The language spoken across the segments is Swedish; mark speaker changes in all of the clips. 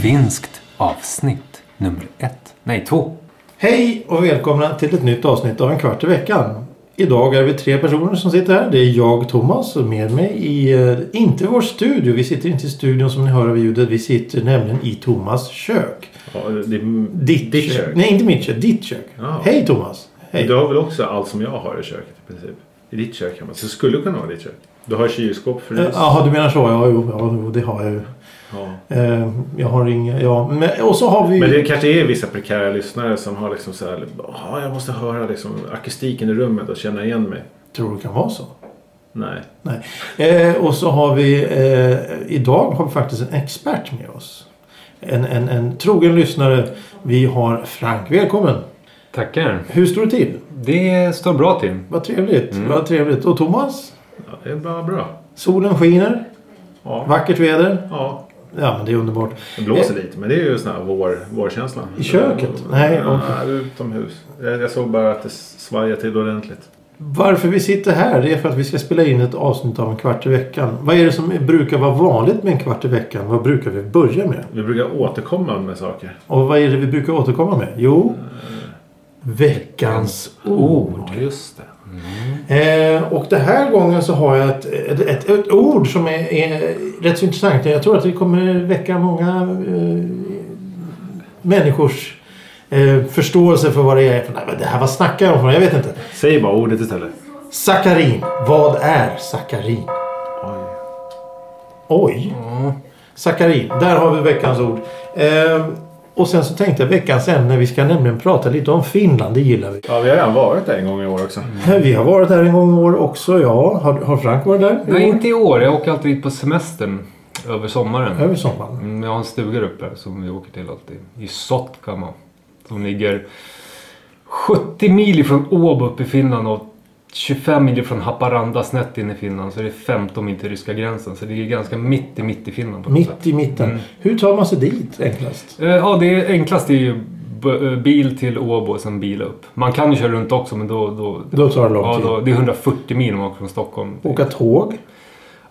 Speaker 1: Finskt avsnitt nummer ett. Nej, två.
Speaker 2: Hej och välkomna till ett nytt avsnitt av En kvart i veckan. Idag är vi tre personer som sitter här. Det är jag, Thomas, och med mig i, eh, inte vår studio. Vi sitter inte i studion som ni hör av ljudet. Vi sitter nämligen i Thomas kök.
Speaker 3: Ja, det är
Speaker 2: Nej, inte mitt kök. Ditt kök.
Speaker 3: Ja.
Speaker 2: Hej Thomas! Hej!
Speaker 3: Du har väl också allt som jag har i köket i princip? I ditt kök kan man Så det skulle kunna vara ditt kök. Du har kylskåp,
Speaker 2: Eh,
Speaker 3: frys.
Speaker 2: Jaha, du menar så. Ja, jo, ja, jo det har jag ju.
Speaker 3: Ja.
Speaker 2: Eh, Jag har inga... Ja, men, och så har vi...
Speaker 3: Men det kanske är vissa prekära lyssnare som har liksom så här, "Ja, jag måste höra liksom akustiken i rummet och känna igen mig.
Speaker 2: Tror det kan vara så.
Speaker 3: Nej.
Speaker 2: Nej. Eh, och så har vi eh, idag har vi faktiskt en expert med oss. En, en, en trogen lyssnare. Vi har Frank. Välkommen!
Speaker 4: Tackar.
Speaker 2: Hur står det till?
Speaker 4: Det står bra till.
Speaker 2: Vad trevligt. Vad trevligt. Och Thomas?
Speaker 3: Ja, det är bara bra.
Speaker 2: Solen skiner.
Speaker 3: Ja.
Speaker 2: Vackert väder.
Speaker 3: ja.
Speaker 2: Ja, men det är underbart.
Speaker 3: Det blåser lite men det är ju sån här vår, vårkänslan.
Speaker 2: I köket? Nej,
Speaker 3: Ja, utomhus. Jag, jag såg bara att det svajade till ordentligt.
Speaker 2: Varför vi sitter här det är för att vi ska spela in ett avsnitt av en kvart i veckan. Vad är det som brukar vara vanligt med en kvart i veckan? Vad brukar vi börja med?
Speaker 3: Vi brukar återkomma med saker.
Speaker 2: Och vad är det vi brukar återkomma med? Jo, veckans ord.
Speaker 4: Ja, just det.
Speaker 2: Eh, och den här gången så har jag ett, ett, ett, ett ord som är, är rätt så intressant. Jag tror att det kommer väcka många eh, människors eh, förståelse för vad det är. För, nej, men det här, vad snackar jag om? Jag vet inte.
Speaker 3: Säg bara ordet istället.
Speaker 2: Sakarin. Vad är sakarin?
Speaker 3: Oj.
Speaker 2: Oj! Sakarin. Där har vi veckans ord. Eh, och sen så tänkte jag veckans ämne. Vi ska nämligen prata lite om Finland. Det gillar vi.
Speaker 3: Ja, vi har redan varit där en gång i år också.
Speaker 2: Vi har varit där en gång i år också. Ja, har, har Frank varit där? i
Speaker 4: Nej,
Speaker 2: år?
Speaker 4: inte i år. Jag åker alltid på semestern över sommaren.
Speaker 2: Över sommaren.
Speaker 4: Mm, Jag har en stuga där uppe som vi åker till alltid. I Sotkama. Som ligger 70 mil ifrån Åbo uppe i Finland och 25 mil från Haparanda snett in i Finland. Så det är 15 mil till ryska gränsen. Så det ligger ganska mitt i mitt i Finland på något sätt. Mm.
Speaker 2: Mitt i mitten. Hur tar man sig dit enklast?
Speaker 4: Eh, Ja, det är, enklast är ju b- eh, bil till Åbo och sen bil upp. Man kan ju köra runt också men då... då,
Speaker 2: Då tar det lång
Speaker 4: ja,
Speaker 2: tid.
Speaker 4: då, det är 140 mil om man åker från Stockholm.
Speaker 2: Åka tåg.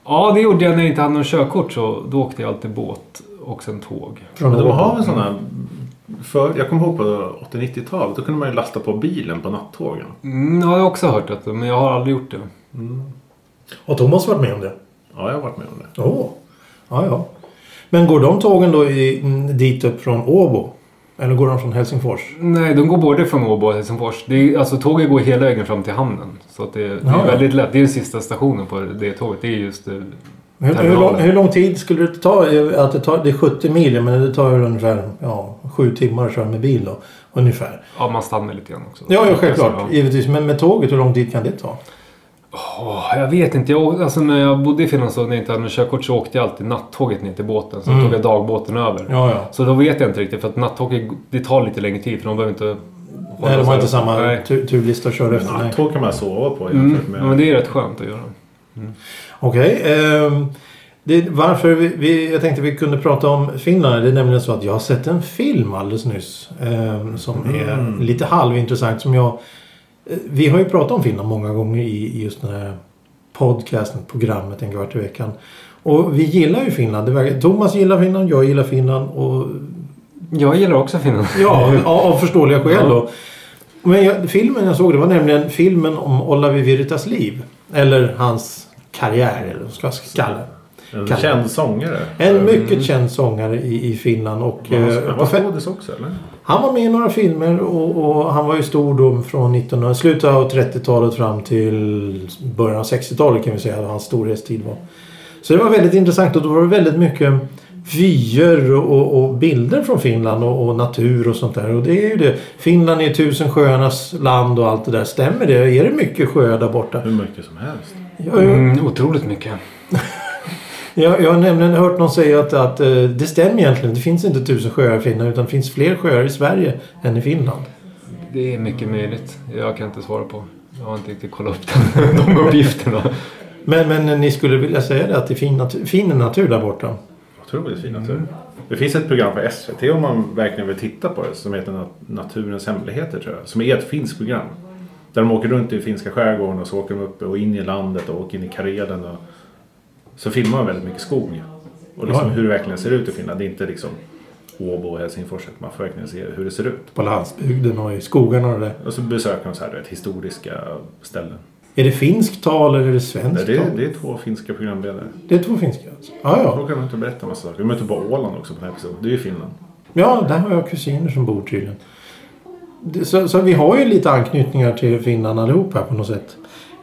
Speaker 4: Ja, det gjorde jag när jag inte hade någon körkort så då åkte jag alltid båt och sen tåg.
Speaker 2: Från
Speaker 3: Men de
Speaker 2: Åbo.
Speaker 3: har väl sådana... För, jag kommer ihåg på 80-90-talet. Då kunde man ju lasta på bilen på nattågen.
Speaker 4: Mm, ja, jag har också hört det men jag har aldrig gjort det.
Speaker 2: Har Thomas varit med om det?
Speaker 3: Ja, jag har varit med om det.
Speaker 2: Åh. Ja, ja. Men går de tågen då i, mm, dit upp från Åbo? Eller går de från Helsingfors?
Speaker 4: Nej, de går både från Åbo och Helsingfors. Det är, alltså tåget går hela vägen fram till hamnen. Så att det, det
Speaker 2: Ja, ja.
Speaker 4: är väldigt lätt. Det är den sista stationen på det tåget. Det är just eh,
Speaker 2: Hur, hur,
Speaker 4: Terminalen.
Speaker 2: lång, hur lång tid skulle det ta? eh, Att det, tar, det är 70 mil, men det tar väl ungefär ja, sju timmar att köra med bil då. Ungefär.
Speaker 4: Ja, man stannar lite grann också.
Speaker 2: Ja, ja
Speaker 4: Så,
Speaker 2: självklart.
Speaker 4: ja.
Speaker 2: Givetvis. Men med tåget, hur lång tid kan det ta?
Speaker 4: Åh, jag vet inte. Jag, alltså, när jag bodde i Finland så när jag inte hade något körkort så åkte jag alltid nattåget ner till båten. Sen
Speaker 2: Mm.
Speaker 4: tog jag dagbåten över.
Speaker 2: Ja, ja.
Speaker 4: Så då vet jag inte riktigt för att nattåget det tar lite längre tid för de behöver inte...
Speaker 2: Nej, de har inte samma liksom,
Speaker 4: Nej.
Speaker 2: tu- turlista att köra efter. nej.
Speaker 3: Nattåg kan man sova på
Speaker 4: Mm,
Speaker 3: jämfört med...
Speaker 4: men det är rätt skönt att göra.
Speaker 2: Okej. ehm, det, varför vi, vi, jag tänkte vi kunde prata om Finland. Det är nämligen så att jag har sett en film alldeles nyss. ehm, som är lite halvintressant. Som jag, eh, vi har ju pratat om Finland många gånger i, i just den här podcasten, programmet En kvart i veckan. Och vi gillar ju Finland. Det verkar, Thomas gillar Finland, jag gillar Finland. Och,
Speaker 4: Jag gillar också Finland.
Speaker 2: ja, av, av förståeliga skäl då. Men jag, filmen jag såg det var nämligen filmen om Olavi Virtas liv. Eller hans karriär, eller vad ska jag kalla det.
Speaker 3: En
Speaker 2: Kan-
Speaker 3: känd sångare.
Speaker 2: En mycket känd sångare i, i Finland. Och, eh,
Speaker 3: Han
Speaker 2: på
Speaker 3: var
Speaker 2: fe-
Speaker 3: skådis också eller?
Speaker 2: han var med i några filmer och, och han var ju stor då från 1900, slutet av 30-talet fram till början av 60-talet kan vi säga. Då hans storhetstid var. Så det var väldigt intressant och då var det väldigt mycket vyer och, och bilder från Finland och, och natur och sånt där. Och det är ju det. Finland är tusen sjöarnas land och allt det där. Stämmer det? Är det mycket sjöar där borta?
Speaker 3: Hur mycket som helst.
Speaker 2: Jag, jag,
Speaker 4: Mm, otroligt mycket.
Speaker 2: Jag, jag har nämligen hört någon säga att, att eh, det stämmer egentligen. Det finns inte tusen sjöar i Finland utan det finns fler sjöar i Sverige än i Finland.
Speaker 4: Det är mycket möjligt. Jag kan inte svara på. Jag har inte riktigt kollat upp den, de uppgifterna.
Speaker 2: Men, men ni skulle vilja säga det att det är fin natur, fin natur där borta?
Speaker 3: Otroligt fin natur. Det finns ett program på SVT om man verkligen vill titta på det som heter Nat- Naturens hemligheter tror jag. Som är ett finskt program. Där de åker runt i finska skärgården och så åker de upp och in i landet och åker in i Karelen. Och... Så filmar de väldigt mycket skog. Och liksom
Speaker 2: Ja.
Speaker 3: hur det verkligen ser ut i Finland. Det är inte liksom Åbo och Helsingfors. utan Man får verkligen se hur det ser ut.
Speaker 2: På landsbygden och i skogarna och det där.
Speaker 3: Och så besöker de så här, du vet, historiska ställen.
Speaker 2: Är det finskt tal eller är det
Speaker 3: Nej,
Speaker 2: svenskt
Speaker 3: Det är,
Speaker 2: tal?
Speaker 3: det är två finska programledare.
Speaker 2: Det är två finska alltså. Ja, ja.
Speaker 3: Då kan de inte berätta en massa saker. De möter på Åland också på den här episoden. Det är ju Finland.
Speaker 2: Ja, där har jag kusiner som bor tydligen. Det- Så, så vi har ju lite anknytningar till Finland allihop här på något sätt.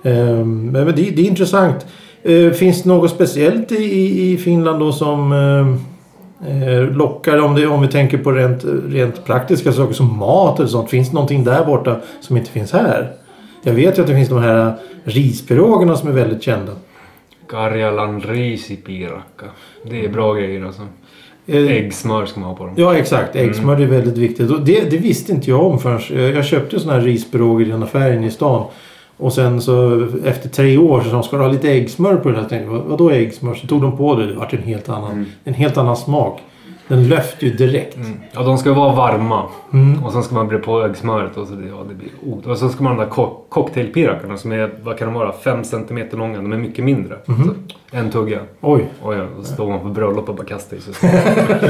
Speaker 2: Ehm, men men det, det är intressant. Eh, finns det något speciellt i, i, i Finland då som eh, eh, lockar? Om, det, om vi tänker på rent, rent praktiska saker som mat eller sånt. Finns det någonting där borta som inte finns här? Jag vet ju att det finns de här rispirogerna som är väldigt kända.
Speaker 4: Karjalan riisipiirakka. Det är bra grejer alltså.
Speaker 2: Eh,
Speaker 4: Äggsmör ska man ha på dem.
Speaker 2: Ja exakt, äggsmör är väldigt viktigt. Och det, det visste inte jag om förrän jag- jag köpte såna här rispiroger i den affären i stan. Och sen så efter tre år så sa de ska du ha lite äggsmör på det här? Jag tänkte, "Vad- vadå äggsmör? Så tog de på det det vart en helt annan, en helt annan smak. Den löfte ju direkt.
Speaker 4: Mm. Ja, de ska vara varma.
Speaker 2: Mm.
Speaker 4: Och sen ska man bre på äggsmöret och så det, ja, det blir god. Och sen ska man ha de där co- cocktailpirakarna som är, vad kan de vara, 5 cm långa. De är mycket mindre. Så,
Speaker 2: Mm-hmm.
Speaker 4: en tugga.
Speaker 2: Oj,
Speaker 4: Oj, ja, och så står man på bröllop och bara kastar i sig.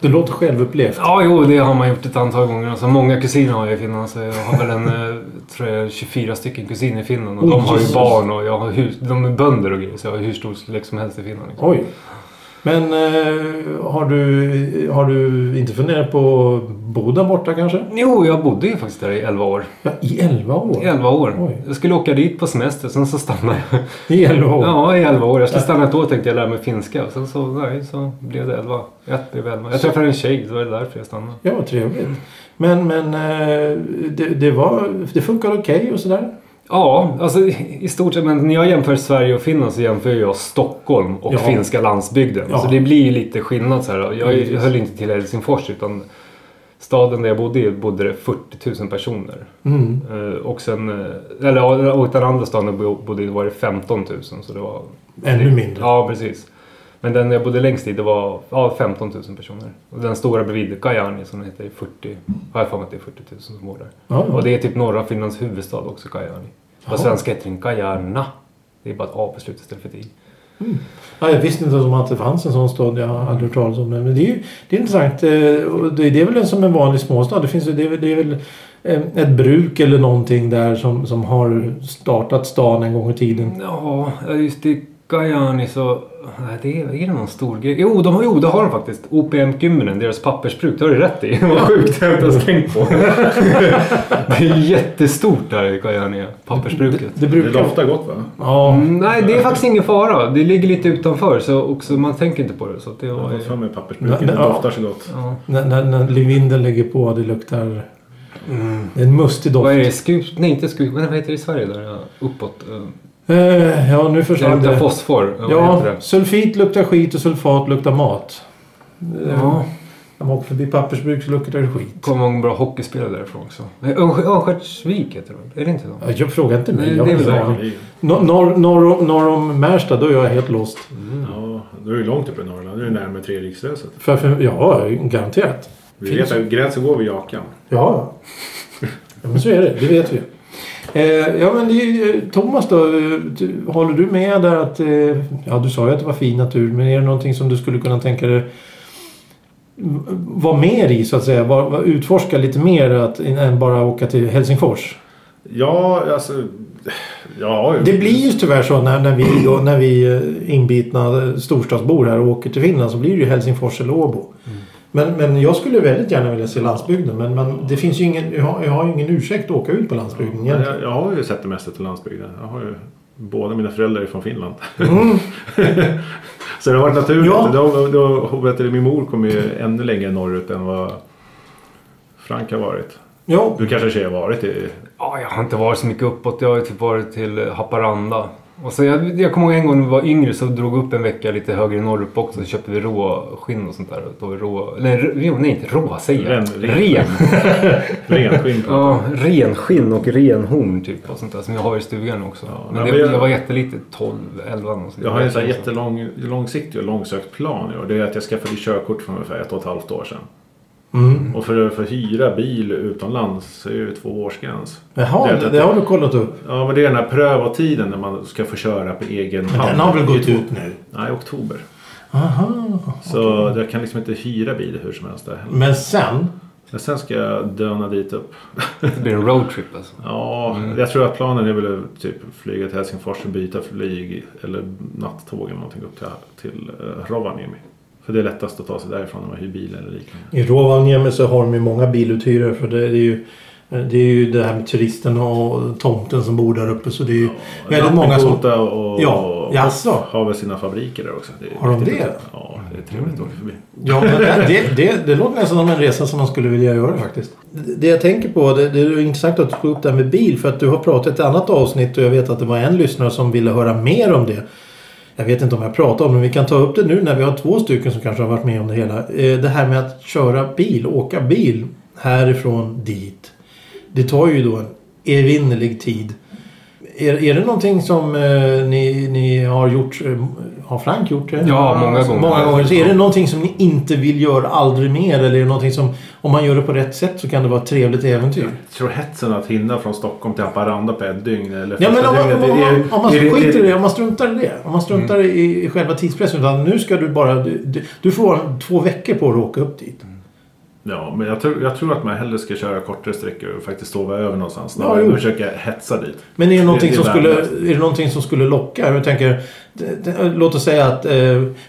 Speaker 2: det låter självupplevt.
Speaker 4: Ja, jo, det har man gjort ett antal gånger. Alltså, många kusiner har jag i Finland. Så jag har väl en, eh, tror jag, 24 stycken kusiner i Finland. Och
Speaker 2: Oh,
Speaker 4: de har ju
Speaker 2: Jesus.
Speaker 4: barn och jag har hus, de är bönder och grejer. Så jag har hur stor släkt som helst i Finland. Liksom.
Speaker 2: Oj. Men eh, har, du, har du inte funderat på att bo där borta kanske?
Speaker 4: Jo, jag bodde ju faktiskt där i 11 år.
Speaker 2: Ja, I elva år?
Speaker 4: I 11 år.
Speaker 2: Oj.
Speaker 4: Jag skulle åka dit på semester, sen så stannade jag.
Speaker 2: I elva år?
Speaker 4: Ja, i 11 år. Jag skulle stanna ett år tänkte jag lära mig finska. Och sen så, nej, så blev det 11. Ett blev 11. Jag träffade en tjej, så var det därför jag stannade.
Speaker 2: Ja, vad trevligt. Men, men eh, det, det, var, det funkar okej och sådär?
Speaker 4: Ja, alltså i i stort sett. Men när jag jämför Sverige och Finland så jämför jag Stockholm och
Speaker 2: Ja.
Speaker 4: finska landsbygden.
Speaker 2: Ja.
Speaker 4: Så det blir ju lite skillnad så här. Jag höll inte till Helsingfors utan staden där jag bodde i bodde det 40 000 personer.
Speaker 2: Mm.
Speaker 4: Eh, Och sen, eh, eller ja, och den andra staden jag bo- bodde i var det 15 000 så det var...
Speaker 2: Ännu mindre.
Speaker 4: Ja, precis. Men den jag bodde längst i det var ja, 15 000 personer. Och den stora bredvid, Kajani som heter, är 40, har jag för mig att det är 40 000 som bor där.
Speaker 2: Ja.
Speaker 4: Och det är typ norra Finlands huvudstad också, Kajani. På
Speaker 2: Ja.
Speaker 4: svenska heter den Kajarna. Det är bara ett A på slutet istället för ett I.
Speaker 2: Ja, jag visste inte om att det fanns en sån stad. Jag hade aldrig hört talas om den. Men det är ju det är intressant. eh, och Det det är väl en- som en vanlig småstad. Det, finns, ju- det, är, väl- det är väl eh, ett bruk eller någonting där som, som har startat stan en gång i tiden.
Speaker 4: Ja, just i Kajani så... Nej, det är, är det någon stor grej? Jo, de har, jo, det har de faktiskt. OPM Kymmenen, deras pappersbruk. Det har du rätt i. Vad sjukt, det har jag inte ens tänkt på. det är jättestort där i Kajani, pappersbruket.
Speaker 2: Det
Speaker 3: Det
Speaker 2: brukar...
Speaker 3: doftar gott va?
Speaker 2: Ja,
Speaker 4: Mm, Nej, det är faktiskt ingen fara. Det ligger lite utanför så också, man tänker inte på det. Så att det
Speaker 3: Jag har
Speaker 4: var,
Speaker 3: fått för mig pappersbruket.
Speaker 2: Nej,
Speaker 3: Det
Speaker 2: nej, ja.
Speaker 3: doftar så gott.
Speaker 4: ja.
Speaker 2: när, när, när vinden lägger på. Det luktar...
Speaker 4: Mm.
Speaker 2: Det är en mustig doft.
Speaker 4: Vad är det? Skut? Nej, inte skut. Men vad heter det i Sverige där? Ja, uppåt. eh,
Speaker 2: Eh, Ja, nu
Speaker 4: Det
Speaker 2: försvann
Speaker 4: luktar
Speaker 2: det.
Speaker 4: fosfor. Ja, vad
Speaker 2: Ja,
Speaker 4: heter det?
Speaker 2: sulfit luktar skit och sulfat luktar mat. Eh,
Speaker 4: ja.
Speaker 2: När man åker förbi pappersbruk så luktar det skit.
Speaker 4: Kommer många bra hockeyspelare därifrån också. Nej, Örnsk- Örnsköldsvik heter det Är det inte de?
Speaker 2: Ja, Jag frågar inte mig.
Speaker 4: Nej,
Speaker 2: Jag
Speaker 4: det
Speaker 2: har
Speaker 4: är väl
Speaker 2: ingen
Speaker 4: det.
Speaker 2: aning.
Speaker 3: Ja.
Speaker 2: Nor- norr, norr, norr om Märsta, då är jag helt lost.
Speaker 3: Ja, då är det långt upp i Norrland. Då är det närmare Treriksröset.
Speaker 2: För, för, ja, garanterat.
Speaker 3: Vi
Speaker 2: Finns-
Speaker 3: vet att gränsen går vid Jakan.
Speaker 2: Ja, ja. men så är det. Det vet vi. Eh, ja, men det, är ju- Thomas då. eh, Du, håller du med där att... Eh, ja, du sa ju att det var fin natur. Men är det någonting som du skulle kunna tänka dig v- vara mer i så att säga? Var, var, utforska lite mer att, än bara åka till Helsingfors?
Speaker 3: Ja, alltså... Ja,
Speaker 2: Det blir ju tyvärr så när, när, vi, då, när vi eh, inbitna eh, storstadsbor här och åker till Finland så blir det ju Helsingfors eller Åbo. Men, men jag skulle väldigt gärna vilja se landsbygden men, men det finns ju ingen, jag har, jag har ju ingen ursäkt att åka ut på landsbygden
Speaker 3: Men
Speaker 2: egentligen.
Speaker 3: jag, jag har ju sett det mesta till landsbygden. Jag har ju, båda mina föräldrar är från Finland.
Speaker 2: Mm.
Speaker 3: så det har varit naturligt.
Speaker 2: Ja.
Speaker 3: Då, då, vet du, min mor kom ju ännu längre norrut än vad Frank har varit.
Speaker 2: Ja,
Speaker 3: Du kanske i och för sig har varit i...
Speaker 4: Ja, jag har inte varit så mycket uppåt. Jag har ju typ varit till eh, Haparanda. Och så jag, jag kommer ihåg en gång när vi var yngre så drog vi upp en vecka lite högre norrut också. Så köpte vi råskinn och sånt där. Då var vi rå, nej, r- jo, nej, inte rå säger jag.
Speaker 3: Ren- ren. Renskinn. på.
Speaker 4: Ja, Typ renskinn och renhorn typ. Och sånt där som jag har i stugan också.
Speaker 3: Ja,
Speaker 4: men
Speaker 3: nej,
Speaker 4: det,
Speaker 3: men jag-
Speaker 4: jag var jätteliten, 12, 11 någonstans.
Speaker 3: Jag har en sån här jättelång, långsiktig och långsökt plan i år. Det är att jag skaffade körkort för ungefär ett och ett halvt år sedan.
Speaker 2: Mm.
Speaker 3: Och för att få hyra bil utomlands så är det ju två årsgräns.
Speaker 2: Jaha,
Speaker 3: Det-
Speaker 2: det, det har du kollat upp.
Speaker 3: Ja, men det är den här prövotiden när man ska få köra på egen
Speaker 2: Men den har väl gått ut nu?
Speaker 3: Nej, oktober.
Speaker 2: Aha.
Speaker 3: Så jag kan liksom inte hyra bil hur som helst där heller.
Speaker 2: Men sen?
Speaker 3: Men sen ska jag döna dit upp.
Speaker 4: Det blir en roadtrip alltså.
Speaker 3: Ja,
Speaker 2: Mm.
Speaker 3: jag tror att planen är väl att typ flyga till Helsingfors och byta flyg eller nattåg eller någonting upp till, till eh, Rovaniemi. För det är lättast att ta sig därifrån när man hyr bil eller liknande.
Speaker 2: I Rovaniemi så har de ju många biluthyrare för det är ju det är ju det här med turisterna och tomten som bor där uppe så det är ju väldigt många som...
Speaker 3: Lappekota och
Speaker 2: Ja, jaså?
Speaker 3: har väl sina fabriker där också. Det är
Speaker 2: Har de
Speaker 3: riktigt
Speaker 2: det?
Speaker 3: häftigt. Ja, det är trevligt att åka förbi.
Speaker 2: Ja, men det, det, det, det låter nästan som en resa som man skulle vilja göra faktiskt. Det det jag tänker på, det, det är intressant att du tog upp det här med bil för att du har pratat i ett annat avsnitt och jag vet att det var en lyssnare som ville höra mer om det. Jag vet inte om jag pratar om det, men vi kan ta upp det nu när vi har två stycken som kanske har varit med om det hela. Eh, Det här med att köra bil, åka bil härifrån dit. Det tar ju då en evinnerlig tid. Är, är det någonting som eh, ni, ni har gjort? Eh, har Frank gjort det? Alltså,
Speaker 4: Ja, många gånger.
Speaker 2: Många gånger. Så är det någonting som ni inte vill göra aldrig mer? Eller är det någonting som, om man gör det på rätt sätt så kan det vara ett trevligt äventyr?
Speaker 3: Jag tror hetsen att hinna från Stockholm till Haparanda på ett dygn eller
Speaker 2: Ja, men
Speaker 3: första
Speaker 2: om man, om
Speaker 3: dygnet,
Speaker 2: man,
Speaker 3: det är-
Speaker 2: om man
Speaker 3: det är-
Speaker 2: skiter i
Speaker 3: det Mm.
Speaker 2: det,
Speaker 3: är-
Speaker 2: om man struntar i det. Om man struntar i, i själva tidspressen. Utan nu ska du bara... Du, du- du får två veckor på dig att åka upp dit.
Speaker 3: Ja, men jag tror, jag tror att man hellre ska köra kortare sträckor och faktiskt sova över någonstans.
Speaker 2: Ja,
Speaker 3: Ja,
Speaker 2: jo.
Speaker 3: och försöka hetsa dit.
Speaker 2: Men är det någonting,
Speaker 3: Det- det
Speaker 2: som,
Speaker 3: är
Speaker 2: skulle,
Speaker 3: värdelöst.
Speaker 2: är det någonting som skulle locka? Jag tänker, det, det, låt oss säga att... Eh,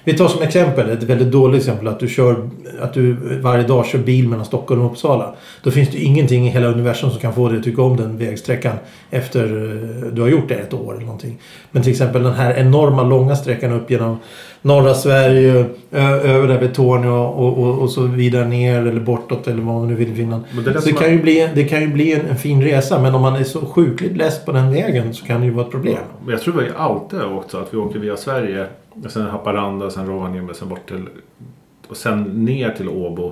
Speaker 2: vi tar som exempel, ett väldigt dåligt exempel. Att du, kör, att du varje dag kör bil mellan Stockholm och Uppsala. Då finns det ju ingenting i hela universum som kan få dig att tycka om den vägsträckan efter eh, du har gjort det ett år eller någonting. Men till exempel den här enorma långa sträckan upp genom norra Sverige, ö, över där vid Torneå och, och, och så vidare ner eller bortåt eller vad man nu vill i Finland.
Speaker 3: Men det är det
Speaker 2: Så det
Speaker 3: som
Speaker 2: kan
Speaker 3: är-
Speaker 2: ju bli, en- det kan ju bli en, en fin resa men om man är så sjukligt less på den vägen så kan det ju vara ett problem.
Speaker 3: Men jag tror vi alltid har åkt så att vi åker via Sverige, och sen Haparanda, sen Rovaniemi, sen bort till... Och sen ner till Åbo.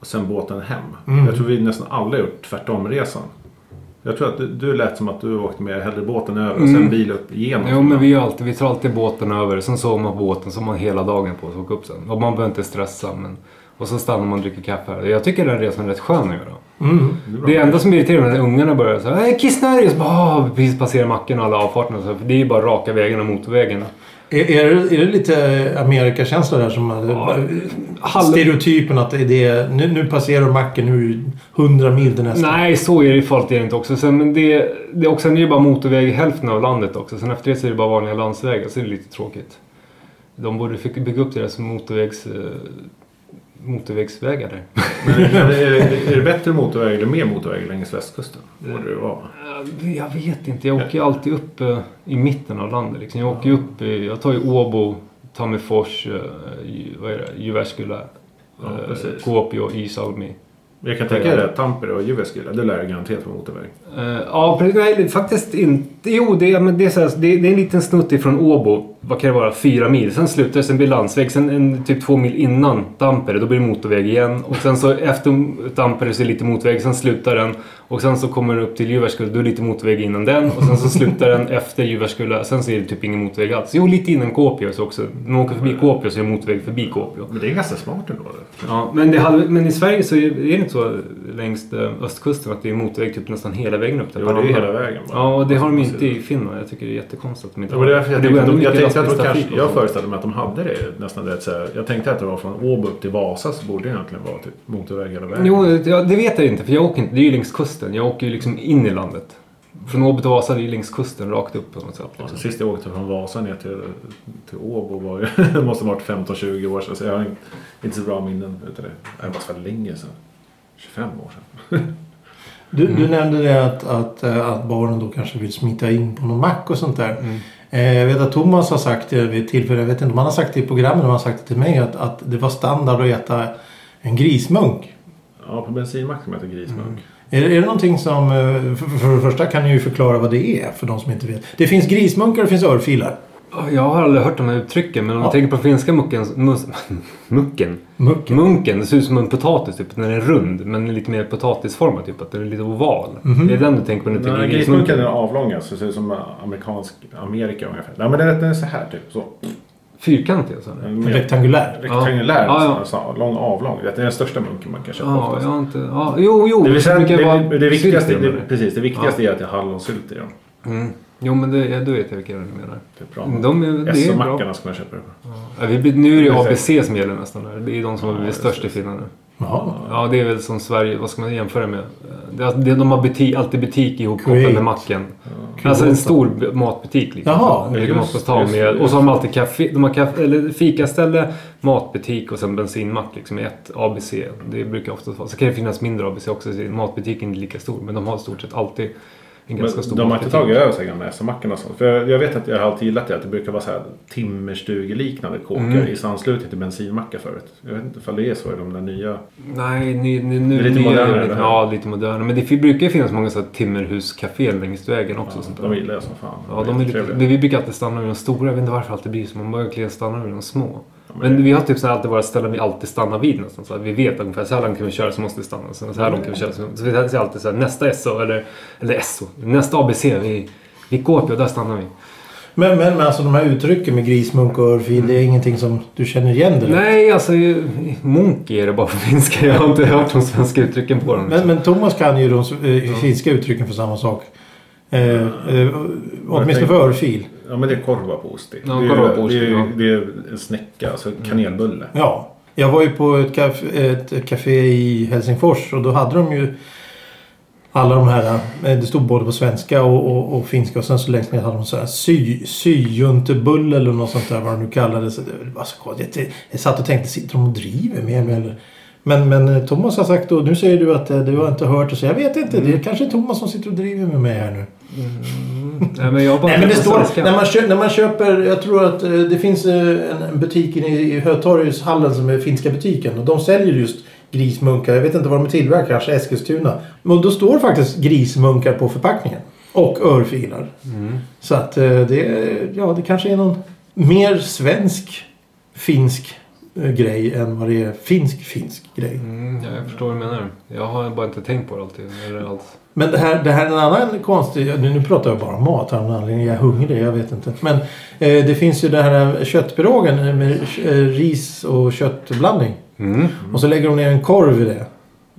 Speaker 3: Och sen båten hem.
Speaker 2: Mm.
Speaker 3: Jag tror vi nästan alla gjort tvärtomresan. Jag tror att du, du lät som att du åkte med hellre båten över och sen
Speaker 4: Mm.
Speaker 3: bil upp igenom.
Speaker 4: Jo, men vi, gör alltid, vi tar alltid båten över. Sen sover man på båten, så har man hela dagen på sig att åka upp sen. Och man behöver inte stressa. Men... Och så stannar man och dricker kaffe. här. Jag tycker den resan är rätt skön att göra.
Speaker 2: Mm.
Speaker 4: Det enda som irriterar mig är när ungarna börjar så här, "Äh, kissnödig! Och så bara, "Åh, precis passerar macken och alla avfarterna. Så här, för det är ju bara raka vägarna och motorvägarna.
Speaker 2: Är, är, det, är det lite Amerikakänsla där som... eh,
Speaker 4: Ja, halv-
Speaker 2: Stereotypen att det är nu, nu passerar macken, nu är det 100 mil till nästa.
Speaker 4: Nej, så är det farligt är det inte också. Sen, men det, det är också, sen är det bara motorväg i hälften av landet också. Sen efter det så är det bara vanliga landsvägar. Så det är lite tråkigt. De borde fick bygga upp deras motorvägs, eh, motorvägsvägar där.
Speaker 3: Men är, det- är det bättre motorväg eller mer motorväg längs västkusten? Borde det vara.
Speaker 4: Eh, Jag vet inte. Jag åker ju alltid upp eh, i mitten av landet. Liksom. Jag åker ju upp i, Jag tar ju Åbo, Tammerfors, eh, Ju- vad är det? Jyväskylä,
Speaker 3: Ja,
Speaker 4: eh,
Speaker 3: precis.
Speaker 4: Kuopio, Iisalmi.
Speaker 3: Jag kan tänka dig att Tampere och Jyväskylä, det lär jag garanterat vara motorväg.
Speaker 4: Eh, ja, precis. nej, faktiskt inte. Jo, det, är- men det, är så här, det, det är en liten snutt ifrån Åbo. Vad kan det vara? Fyra mil. Sen slutar det, sen blir det landsväg. Sen en, typ två mil innan Tampere, då blir det motorväg igen. Och sen så efter Tampere så är det lite motorväg. Sen slutar den. Och sen så kommer det upp till Jyväskylä, då är det lite motorväg innan den. Och sen så slutar den efter Jyväskylä. Sen så är det typ ingen motorväg alls. Jo, lite innan Kuopio så också. När man åker förbi Kuopio så är det motorväg förbi Kuopio.
Speaker 3: Men det är ganska smart ändå. Det.
Speaker 4: Ja, men, det hade, men i Sverige så är det inte så längs eh, östkusten att det är motorväg typ nästan hela vägen upp till
Speaker 3: Jo, det är ju hela vägen bara.
Speaker 4: Ja, och det har de ju inte i Finland. Jag tycker det är jättekonstigt att de inte
Speaker 3: Det var därför jag
Speaker 4: går
Speaker 3: tänkte,
Speaker 4: ändå
Speaker 3: att de, jag
Speaker 4: mycket
Speaker 3: tänkte att de
Speaker 4: lastbilstrafik liksom.
Speaker 3: kanske,
Speaker 4: och
Speaker 3: jag
Speaker 4: sånt.
Speaker 3: föreställde mig att de hade det nästan rätt så här. Jag tänkte att det var från Åbo upp till Vasa så borde det egentligen vara typ motorväg hela vägen.
Speaker 4: Jo, det- ja, det vet jag inte. För jag åker inte. Det är ju längs kusten. Jag åker ju liksom in i landet. Från Åby till Vasa, det är ju längs kusten rakt upp på något sätt.
Speaker 3: Ja,
Speaker 4: Liksom.
Speaker 3: Sist jag åkte från Vasa ner till, till Åbo var ju, det måste ha varit 15-20 år sedan. Så jag har inte, inte så bra minnen utav det. Det var så länge sedan. 25 år sedan.
Speaker 2: Du,
Speaker 4: Mm.
Speaker 2: du nämnde det att, att, eh, att barnen då kanske vill smita in på någon mack och sånt där.
Speaker 4: Mm.
Speaker 2: Eh, Jag vet att Thomas har sagt det vid ett tillfälle, jag vet inte om han har sagt det i programmet, men han har sagt det till mig att, att det var standard att äta en grismunk.
Speaker 3: Ja, på bensinmacken som heter Grismunk.
Speaker 2: Eh, Är, är det någonting som... eh, För, för det första kan ni ju förklara vad det är för de som inte vet. Det finns grismunkar och det finns örfilar.
Speaker 4: Jag har aldrig hört de här uttrycken men om man
Speaker 2: Ja.
Speaker 4: tänker på finska mucken, mus, mucken.
Speaker 2: Mucken.
Speaker 4: Munken, det ser ut som en potatis typ. Den är rund men lite mer potatisformad typ. Att den är lite oval.
Speaker 3: Mhm.
Speaker 4: Det är den du tänker på när du
Speaker 3: Den här
Speaker 4: tänker
Speaker 3: grismunken är
Speaker 4: grismunken.
Speaker 3: avlång alltså, ser ut som amerikansk Amerika ungefär. Nej men den den är så här typ. Så.
Speaker 4: Fyrkantig alltså?
Speaker 3: Den är mer
Speaker 2: Rektangulär.
Speaker 3: Rektangulär,
Speaker 4: Ja. Ja, ja.
Speaker 3: nästan, så, lång avlång. Det är den största munken man kan köpa
Speaker 4: Ja,
Speaker 3: oftast.
Speaker 4: jag har inte... Ja, jo, jo.
Speaker 3: Det, vill säga,
Speaker 4: brukar vara
Speaker 3: det, det, viktigaste,
Speaker 4: sylt i dem,
Speaker 3: det,
Speaker 4: eller?
Speaker 3: precis, det viktigaste är att det är hallonsylt i dem.
Speaker 4: Mm. Jo, men det, ja, då vet jag vilka du menar.
Speaker 3: Det är bra.
Speaker 4: De är, det är bra.
Speaker 3: SO-mackarna ska man köpa det på.
Speaker 4: Ja, vi, blir- nu är det
Speaker 3: Det är
Speaker 4: ABC som gäller nästan. Där. Det är de som har blivit störst i Finland nu.
Speaker 2: Jaha.
Speaker 4: Ja, det är väl som Sverige. Vad ska man jämföra med? Det, är- det, de har buti, alltid butik ihopkopplad
Speaker 2: Kuwait.
Speaker 4: med macken. Alltså en stor b- matbutik. Liksom.
Speaker 2: Jaha,
Speaker 4: Där kan man få
Speaker 3: just-
Speaker 4: ta
Speaker 3: just-
Speaker 4: med. Och så har de alltid kafé, de har kafé, eller fikaställe, matbutik och sen bensinmack. Liksom, i ett ABC. Det brukar ofta vara. Så kan det finnas mindre ABC också. så Matbutiken är inte lika stor. Men de har i stort sett alltid en ganska
Speaker 3: Men
Speaker 4: stor
Speaker 3: de har inte
Speaker 4: matbutik.
Speaker 3: tagit över sig gamla SM-mackarna och sånt. För jag, jag vet att jag har alltid gillat det. Att det brukar vara så här timmerstugeliknande kåkar
Speaker 4: Mm.
Speaker 3: i anslutning till bensinmackar förut. Jag vet inte ifall det är så i de där nya.
Speaker 4: Nej, nu, nu, nu
Speaker 3: Det är lite
Speaker 4: nu
Speaker 3: modernare,
Speaker 4: Lite,
Speaker 3: eller?
Speaker 4: ja, lite modernare. Men det fi- brukar ju finnas många så här timmerhuscaféer längs vägen också. sånt där.
Speaker 3: de gillar jag som fan.
Speaker 4: Ja, de är lite,
Speaker 3: jättetrevliga.
Speaker 4: men vi brukar alltid stanna vid de stora. Jag vet inte varför alltid blir så. Man börjar egentligen stanna vid de små.
Speaker 3: men
Speaker 4: men vi har typ så här alltid våra ställen vi alltid stannar vid nästan. Så här, vi vet ungefär så här långt kan vi köra så måste vi stanna. Så så här långt kan vi köra så, så vi säger alltid så här, nästa SO eller, eller SO, nästa ABC. Vi, vi går på och där stannar vi.
Speaker 2: Men, men, men alltså de här uttrycken med grismunk och örfil, det är ingenting som du känner igen direkt?
Speaker 4: Nej, alltså Monkey är det bara på finska. Jag har inte hört de svenska uttrycken på dem.
Speaker 2: Men, men Thomas kan ju de eh, finska uttrycken för samma sak. Eh, eh, åtminstone för örfil.
Speaker 3: Ja, men det är korva på ost. i.
Speaker 4: Ja,
Speaker 3: det, är,
Speaker 4: korva på ost,
Speaker 3: det, är,
Speaker 4: ja.
Speaker 3: det är en snäcka, alltså kanelbulle.
Speaker 2: Ja. Jag var ju på ett café, ett café i Helsingfors och då hade de ju alla de här. eh, Det stod både på svenska och, och, och finska och sen så längst ner hade de så här sy, syjuntebulle eller något sånt där vad de nu kallades. Det var så gott. Jag, jag satt och tänkte, sitter de och driver med mig eller? Men, men eh, Thomas har sagt och nu säger du att eh, du har inte hört och så jag vet inte. Det är kanske Thomas som sitter och driver med mig här nu.
Speaker 4: Nej, men jag har bara
Speaker 2: Nej men det
Speaker 4: hört på
Speaker 2: står,
Speaker 4: svenska.
Speaker 2: när man, köper, när man köper, jag tror att eh, det finns eh, en en butik inne i i Hötorgshallen som är finska butiken och de säljer just grismunkar. Jag vet inte vad de tillverkar, kanske Eskilstuna. Men då står faktiskt grismunkar på förpackningen. Och örfilar.
Speaker 4: Mm.
Speaker 2: Så att eh, det, ja, det kanske är någon mer svensk finsk eh, grej än vad det är finsk finsk grej.
Speaker 4: Mm, ja, jag förstår vad du menar. Jag har bara inte tänkt på det alltid. Eller alls.
Speaker 2: Men det här, det här är en annan konstig... Nu, nu pratar jag bara om mat av någon anledning. Jag är hungrig, jag vet inte. Men eh, det finns ju den här köttpirogen med eh, ris och köttblandning.
Speaker 4: Mm.
Speaker 2: Och så lägger de ner en korv i det.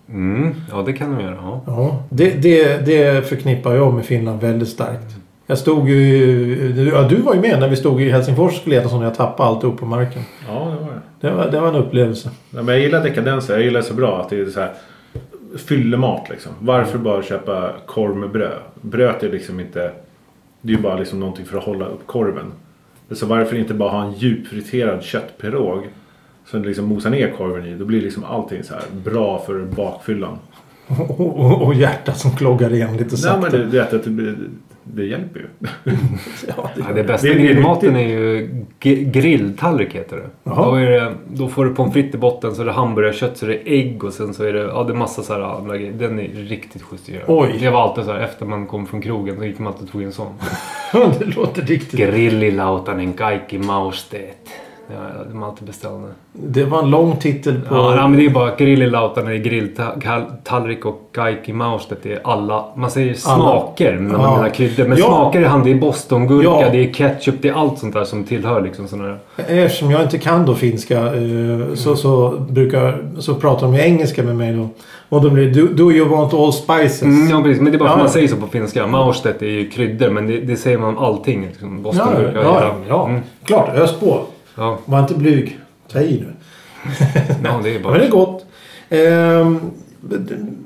Speaker 4: Mm. Ja, det kan de göra. Ja.
Speaker 2: Ja. Det, det, det förknippar jag med Finland väldigt starkt. Jag stod ju... Ja, du var ju med när vi stod i Helsingfors och skulle äta sånt. Jag tappade allt upp på marken.
Speaker 3: Ja, det var det.
Speaker 2: Det var, det var en upplevelse.
Speaker 3: Nej, men jag gillar dekadenser. Jag gillar så bra att det är så här fyllemat liksom. Varför bara köpa korv med bröd? Bröd är liksom inte... Det är ju bara liksom någonting för att hålla upp korven. Så varför inte bara ha en djupfriterad köttpirog som du liksom mosar ner korven i? Då blir liksom allting så här bra för bakfyllan.
Speaker 2: Och, och, och hjärtat som kloggar igen lite
Speaker 3: Nej, men
Speaker 2: sakta.
Speaker 3: det, det, det, det, det hjälper ju.
Speaker 2: Ja, det-
Speaker 4: Ja, det bästa
Speaker 3: Det är
Speaker 4: grillmaten är ju g- grilltallrik heter det.
Speaker 2: Jaha.
Speaker 4: Då, är det. då får du pommes frites i botten, så är det hamburgarkött, så är det ägg och sen så är det, ja, det är massa så här andra grejer. Den är riktigt schysst att göra.
Speaker 2: Oj.
Speaker 4: Det var alltid så här efter man kom från krogen, så gick man alltid och tog en sån.
Speaker 2: det låter riktigt...
Speaker 4: Grillilautanen kaikki mausteet. Ja, det man alltid beställde.
Speaker 2: Det var en lång titel på...
Speaker 4: Ja, nej, men det är bara grillilautanen är grilltallrik och kaikki mausteet är alla, man säger smaker när man
Speaker 2: Ja.
Speaker 4: menar kryddor. Men
Speaker 2: Ja.
Speaker 4: smaker är han, det är bostongurka,
Speaker 2: Ja.
Speaker 4: det är ketchup, det är allt sånt där som tillhör liksom sådana här.
Speaker 2: Eftersom jag inte kan då finska eh, så, så, brukar, så pratar de ju engelska med mig då. Och då blir det do, do you want all spices?
Speaker 4: Mm, ja, precis. Men det är bara för
Speaker 2: Ja,
Speaker 4: att man
Speaker 2: ja.
Speaker 4: säger så på finska. Maurstedt är ju kryddor, men det, det säger man om allting. Liksom.
Speaker 2: ja, ja,
Speaker 4: Bostongurka.
Speaker 2: ja, ja.
Speaker 4: Mm,
Speaker 2: klart. Ös på.
Speaker 4: ja.
Speaker 2: Var inte blyg. Ta i nu.
Speaker 4: ja, det är
Speaker 2: Ja, men
Speaker 4: bara...
Speaker 2: det är gott. Ehm, men-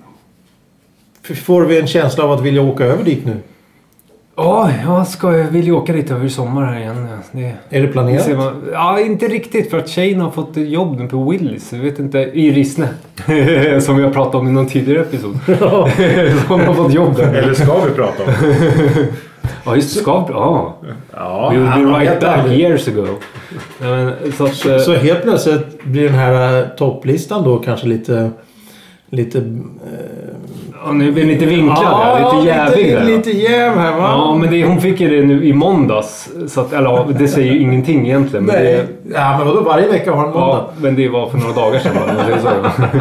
Speaker 2: får vi en känsla av att vilja åka över dit nu?
Speaker 4: Ja, jag ska, jag vill ju åka dit över sommar här igen. Det,
Speaker 2: Är det
Speaker 4: det
Speaker 2: planerat?
Speaker 4: ser man, ja, inte riktigt för att tjejen har fått jobb nu på Willys. Jag vet inte, i Rissne. som jag pratade om i någon tidigare episod.
Speaker 2: Ja.
Speaker 4: Hon har fått jobb där.
Speaker 3: Eller ska vi prata om det?
Speaker 4: Ja, just det. Skav... Ja.
Speaker 3: Ja,
Speaker 4: We will
Speaker 2: men
Speaker 4: be right
Speaker 2: helt
Speaker 4: back
Speaker 2: ärligt.
Speaker 4: years ago. Nej, men, så att, eh,
Speaker 2: Så helt plötsligt blir den här eh, topplistan då kanske lite... Lite... Eh,
Speaker 4: Ja, nu blir ni lite vinklad här. Lite jävig
Speaker 2: lite,
Speaker 4: där.
Speaker 2: lite jäv här va?
Speaker 4: Ja, men det, hon fick ju det nu i måndags. Så att, eller ja, det säger ju ingenting egentligen. Men
Speaker 2: Nej.
Speaker 4: det,
Speaker 2: Ja, men vadå? Varje vecka har en måndag.
Speaker 4: ja, men det var för några dagar sedan bara. om man säger så.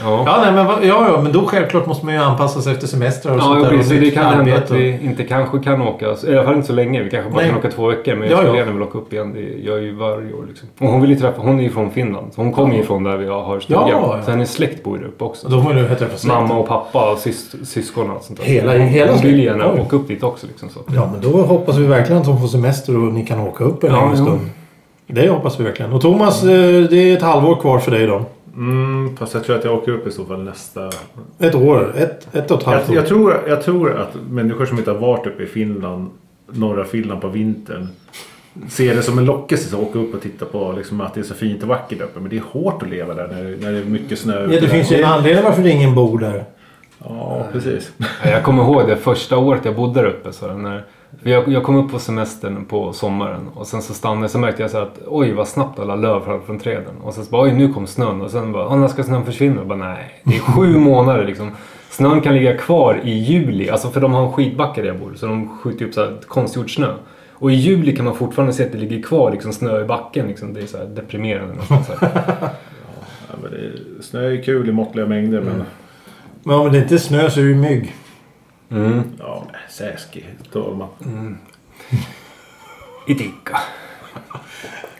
Speaker 4: Ja,
Speaker 2: Ja, nej, men, va- ja, ja, men då självklart måste man ju anpassa sig efter semester och
Speaker 4: ja
Speaker 2: sånt där. och
Speaker 4: precis. Det
Speaker 2: nytt
Speaker 4: kan hända
Speaker 2: arbete
Speaker 4: att vi inte kanske kan åka. Alltså, I alla fall inte så länge. Vi kanske bara
Speaker 2: Nej.
Speaker 4: kan åka två veckor. Men
Speaker 2: Ja,
Speaker 4: jag skulle
Speaker 2: ja.
Speaker 4: gärna vilja åka upp igen. Det gör jag ju varje år. Liksom. Och hon vill ju träffa... Hon är ju från Finland. Så hon kommer ju från där vi har stugan.
Speaker 2: Ja, ja.
Speaker 4: Så hennes släkt bor ju där uppe också.
Speaker 2: och- Då får man ju träffa släkt.
Speaker 4: Mamma och pappa och sys, syskon och allt sånt där.
Speaker 2: Hela-
Speaker 4: hon,
Speaker 2: hela
Speaker 4: hon vill
Speaker 2: släkten?
Speaker 4: ju gärna
Speaker 2: Oj.
Speaker 4: åka upp dit också. Liksom, så.
Speaker 2: Ja, men då hoppas vi verkligen att de får semester och ni kan åka upp en
Speaker 4: Ja,
Speaker 2: längre
Speaker 4: jo.
Speaker 2: stund. Det hoppas vi verkligen. Och Thomas, eh, det är ett halvår kvar för dig då.
Speaker 3: Mm, fast jag tror att jag åker upp i så fall nästa...
Speaker 2: Ett år. Ett, ett och ett halvt
Speaker 3: Jag,
Speaker 2: år.
Speaker 3: jag, tror, jag tror att människor som inte har varit uppe i Finland, norra Finland på vintern. Ser det som en lockelse att åka upp och titta på liksom, att det är så fint och vackert där uppe. Men det är hårt att leva där när, när det är mycket snö.
Speaker 2: Ja, det
Speaker 3: ute.
Speaker 2: finns ju en anledning varför ingen bor där.
Speaker 3: Ja, precis.
Speaker 4: Ja, Jag kommer ihåg det första året jag bodde där uppe. Så här, när, för jag, jag kom upp på semestern på sommaren och sen så stannade jag. Så märkte jag så här att oj vad snabbt alla löv föll från träden. Och sen så bara oj nu kom snön. Och sen bara "Ah, när ska snön försvinna? Jag bara nej. Det är sju månader liksom. Snön kan ligga kvar i juli. Alltså för de har en skidbacke där jag bor. Så de skjuter upp så här konstgjord snö. Och i juli kan man fortfarande se att det ligger kvar liksom snö i backen. Liksom. Det är så här deprimerande. nästan, Så här.
Speaker 3: Ja, men det är, snö är kul i måttliga mängder
Speaker 2: Mm.
Speaker 3: men...
Speaker 2: Men om det inte är snö så är det ju mygg.
Speaker 3: Ja, säski tål man.
Speaker 4: Itika.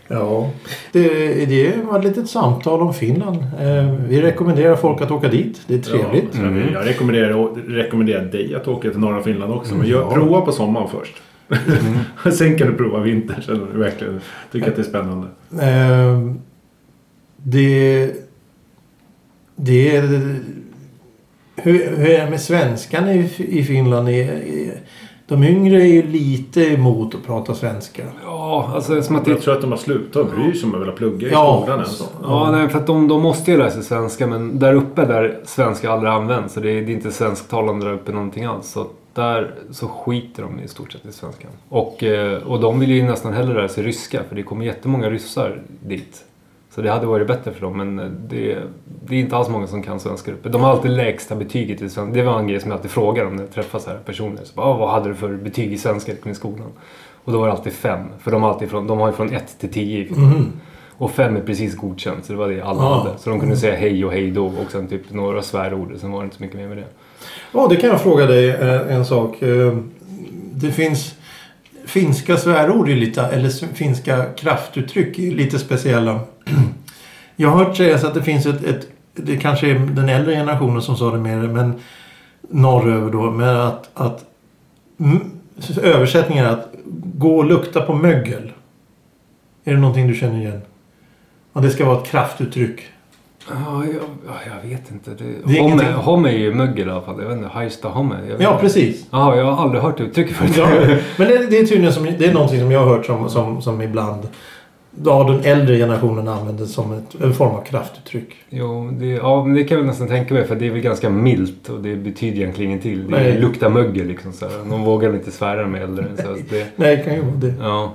Speaker 2: Ja. Det, det var ett litet samtal om Finland. Eh, Vi rekommenderar folk att åka dit. Det är trevligt.
Speaker 3: Ja, men Jag rekommenderar, rekommenderar dig att åka till norra Finland också. Men gör, prova på sommaren först.
Speaker 2: Mm.
Speaker 3: sen kan du prova vinter sen om du verkligen tycker att det är spännande.
Speaker 2: Eh, det... Det... Hur, hur är det med svenskan i, i Finland? Är, är, de yngre är ju lite emot att prata svenska.
Speaker 4: Ja, alltså som att det är
Speaker 3: Jag tror att de har slutat bry sig om att vilja plugga i
Speaker 2: Ja,
Speaker 3: skolan ens.
Speaker 2: så.
Speaker 4: Ja, nej, för att de, de måste ju lära sig svenska, men där uppe där svenska aldrig används, så det är, det är inte svensktalande där uppe någonting alls. Så där så skiter de i stort sett i svenskan. Och, eh, och de vill ju nästan hellre lära sig ryska, för det kommer jättemånga ryssar dit. Så det hade varit bättre för dem, men eh, det, det är inte alls många som kan svenska där uppe. De har alltid lägsta betyget i svenska. Det var en grej som jag alltid frågar om när jag träffar så här personer. Så bara, "Ah, vad hade du för betyg i svenska i skolan? Och då var det alltid fem, för de har, alltid från, de har ju från ett till tio i Finland.
Speaker 2: Mm-hmm.
Speaker 4: Och fem är precis godkänt, så det var det alla
Speaker 2: Ja.
Speaker 4: hade. Så de kunde säga hej och hej då och sen typ några svärord, sen var det inte så mycket mer med det.
Speaker 2: Ja, det kan jag fråga dig eh, en sak. Eh, Det finns... Finska svärord är lite, eller s- finska kraftuttryck är lite speciella. Jag har hört sägas att det finns ett, ett... Det kanske är den äldre generationen som sa det mer, men norröver då. Men att... att m- översättningen är att gå och lukta på mögel. Är det någonting du känner igen? Ja, det ska vara ett kraftuttryck.
Speaker 4: Ja, jag, ja, jag vet inte. Det,
Speaker 2: Det är
Speaker 4: homme,
Speaker 2: ingenting.
Speaker 4: homme är ju mögel i alla fall. Jag vet inte, heista homme. jag vet
Speaker 2: Ja,
Speaker 4: inte.
Speaker 2: precis.
Speaker 4: Ja, jag har aldrig hört det uttrycket förut.
Speaker 2: Ja, men det, det är tydligen som, det är någonting som jag har hört som, som, som ibland av den äldre generationen använder som ett, en form av kraftuttryck.
Speaker 4: Jo, det, ja, men det kan jag väl nästan tänka mig för det är väl ganska milt och det betyder egentligen ingenting. Det
Speaker 2: Nej.
Speaker 4: luktar mögel liksom. Så här. De vågar väl inte svära med äldre. Så att det,
Speaker 2: Nej, det kan ju vara det.
Speaker 4: ja.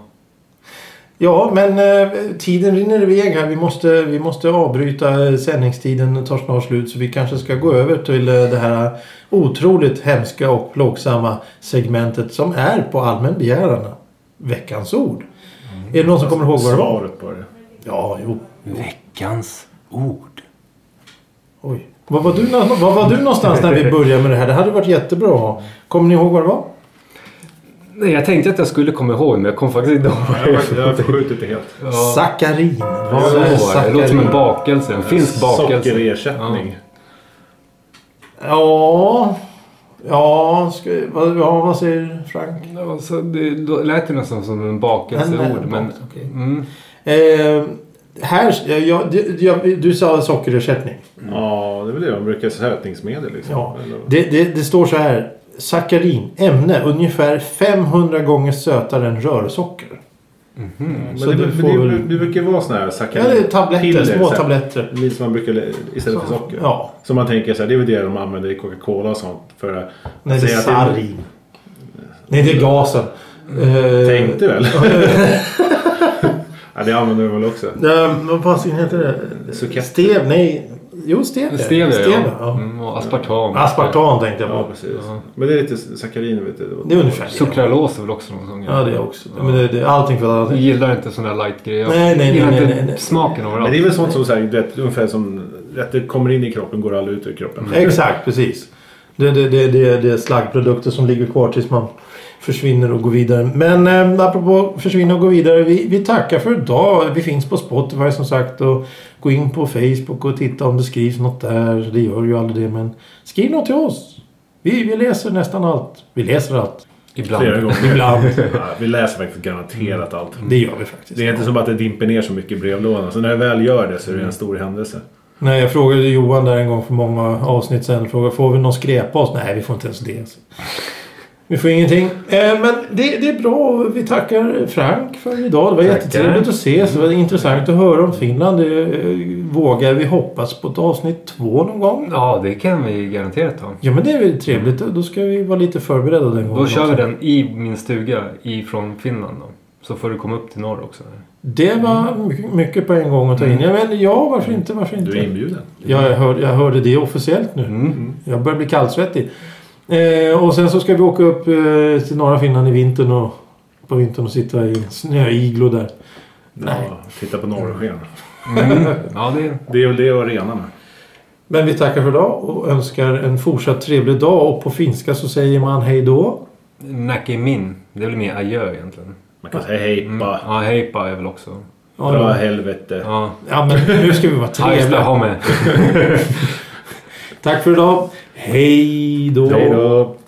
Speaker 2: Ja, men eh, tiden rinner iväg här. Vi måste, vi måste avbryta eh, sändningstiden. tar snart slut. Så vi kanske ska gå över till eh, det här otroligt hemska och plågsamma segmentet som är på allmän begäran. Veckans ord. Är det någon som kommer ihåg vad det var?
Speaker 3: Svaret på det.
Speaker 2: Ja, jo.
Speaker 1: Veckans ord.
Speaker 2: Oj. Var var, du, nå- var var du någonstans när vi började med det här? Det hade varit jättebra att ha. Kommer ni ihåg vad det var?
Speaker 4: Nej, jag tänkte att jag skulle komma ihåg men jag kom faktiskt inte ihåg.
Speaker 3: Jag har- Jag har förskjutit det helt.
Speaker 4: Ja.
Speaker 2: Sackarin.
Speaker 4: Ja,
Speaker 2: Vad
Speaker 4: så
Speaker 2: är
Speaker 4: var det. Det låter som en
Speaker 2: sackarin?
Speaker 4: bakelse. En finsk bakelse.
Speaker 3: Sockerersättning.
Speaker 2: Ja. Ja, ska, vad, ja, vad säger Frank?
Speaker 4: Ja, så det då lät ju nästan som en bakelseord.
Speaker 2: En-
Speaker 4: Men,
Speaker 2: okej.
Speaker 4: mm,
Speaker 2: Eh, här, jag, jag, jag, du sa sockerersättning.
Speaker 3: Ja, det är väl det. Man brukar säga sötningsmedel liksom.
Speaker 2: Ja.
Speaker 3: Eller-
Speaker 2: Det, det, det står så här. Sackarin, ämne ungefär 500 gånger sötare än rörsocker.
Speaker 3: Men
Speaker 2: Så
Speaker 3: det,
Speaker 2: du
Speaker 3: men
Speaker 2: får
Speaker 3: det,
Speaker 2: väl-
Speaker 3: det brukar ju vara såna här
Speaker 2: Ja, det är tabletter,
Speaker 3: piller,
Speaker 2: små
Speaker 3: så här,
Speaker 2: tabletter.
Speaker 3: Lite som man brukar le- istället för socker.
Speaker 2: Ja,
Speaker 3: Så man tänker så här, det är väl det de använder i Coca-Cola och sånt. För att
Speaker 2: nej det är Mm.
Speaker 3: säga att det-
Speaker 2: sarin. Nej, det är gasen. Eh,
Speaker 3: Tänkte väl. ja, det använder de väl också.
Speaker 2: Nej, vad fasiken heter det?
Speaker 3: Suketter.
Speaker 2: Stev? Nej. Jo, stevia.
Speaker 4: Stevia,
Speaker 2: Stevia,
Speaker 4: ja.
Speaker 2: ja.
Speaker 4: Mm, och aspartam.
Speaker 2: Aspartam tänkte jag
Speaker 3: Ja,
Speaker 2: på.
Speaker 3: precis.
Speaker 4: Ja.
Speaker 3: Men det är lite sackarin vet du.
Speaker 2: Det är ungefär det.
Speaker 4: Sukralos är väl också någon sån grej.
Speaker 2: Ja, det också. Men det, det, allting för
Speaker 4: Jag
Speaker 2: allting.
Speaker 4: gillar inte sån där light-grejer. Jag
Speaker 2: Nej, nej, nej,
Speaker 4: gillar
Speaker 2: nej,
Speaker 4: inte
Speaker 2: nej, nej.
Speaker 4: smaken av
Speaker 3: Men det
Speaker 4: allt.
Speaker 3: är väl sånt som så här, du vet, ungefär som rätter kommer in i kroppen går aldrig ut ur kroppen.
Speaker 2: Mm. Exakt, precis. Det, det, det, det, det är slaggprodukter som ligger kvar tills man försvinner och går vidare. Men eh, apropå försvinna och gå vidare. Vi, vi tackar för idag. Vi finns på Spotify som sagt. Och gå in på Facebook och titta om det skrivs något där. Det gör ju aldrig det. Men skriv något till oss. Vi, vi läser nästan allt. Vi läser allt.
Speaker 3: Flera
Speaker 4: Ibland.
Speaker 3: gånger.
Speaker 2: Ibland.
Speaker 3: Ja, vi läser faktiskt garanterat allt.
Speaker 2: Det gör vi faktiskt.
Speaker 3: Det är inte som att det dimper ner så mycket i brevlådan. Så när jag väl gör det så är det en stor händelse.
Speaker 2: Nej, jag frågade Johan där en gång för många avsnitt sedan. Jag Frågade, får vi någon skräppost? Nej, vi får inte ens det. alltså. Vi får ingenting. Eh, men det, det är bra. Vi tackar Frank för idag. Det var
Speaker 4: Tackar. Mm.
Speaker 2: jättetrevligt att ses. Det var intressant att höra om Finland. Det, eh, vågar vi hoppas på ett avsnitt två någon gång?
Speaker 4: Ja, det kan vi garanterat ha.
Speaker 2: Ja, men det är väl trevligt. Då ska vi vara lite förberedda den gången.
Speaker 4: Då kör vi
Speaker 2: också.
Speaker 4: den i min stuga ifrån Finland då. Så får du komma upp till norr också.
Speaker 2: Det var
Speaker 4: Mm.
Speaker 2: mycket, mycket på en gång att ta in. Ja, men ja, varför inte? Varför inte?
Speaker 3: Du är inbjuden.
Speaker 2: Ja, jag, hör, jag hörde det officiellt
Speaker 4: Mm.
Speaker 2: nu. Jag börjar bli kallsvettig. Eh, och sen så ska vi åka upp eh, till norra Finland i vintern och på vintern och sitta i en snöiglo där. Nej.
Speaker 3: Ja, titta på norrsken.
Speaker 4: Mm. Ja, det
Speaker 3: Det är väl det och renarna.
Speaker 2: Men vi tackar för idag och önskar en fortsatt trevlig dag. Och på finska så säger man hej då.
Speaker 4: är min. Det är väl mer adjö egentligen.
Speaker 3: Man kan säga hej, bara.
Speaker 4: Ja, hejpa är väl också.
Speaker 2: Mm. Ja,
Speaker 3: Dra
Speaker 2: då.
Speaker 3: helvete.
Speaker 4: Ja,
Speaker 2: ja men nu ska vi vara
Speaker 4: hajsla
Speaker 2: trevliga.
Speaker 4: ha med.
Speaker 2: Tack för idag. Hej då.
Speaker 3: Hej då.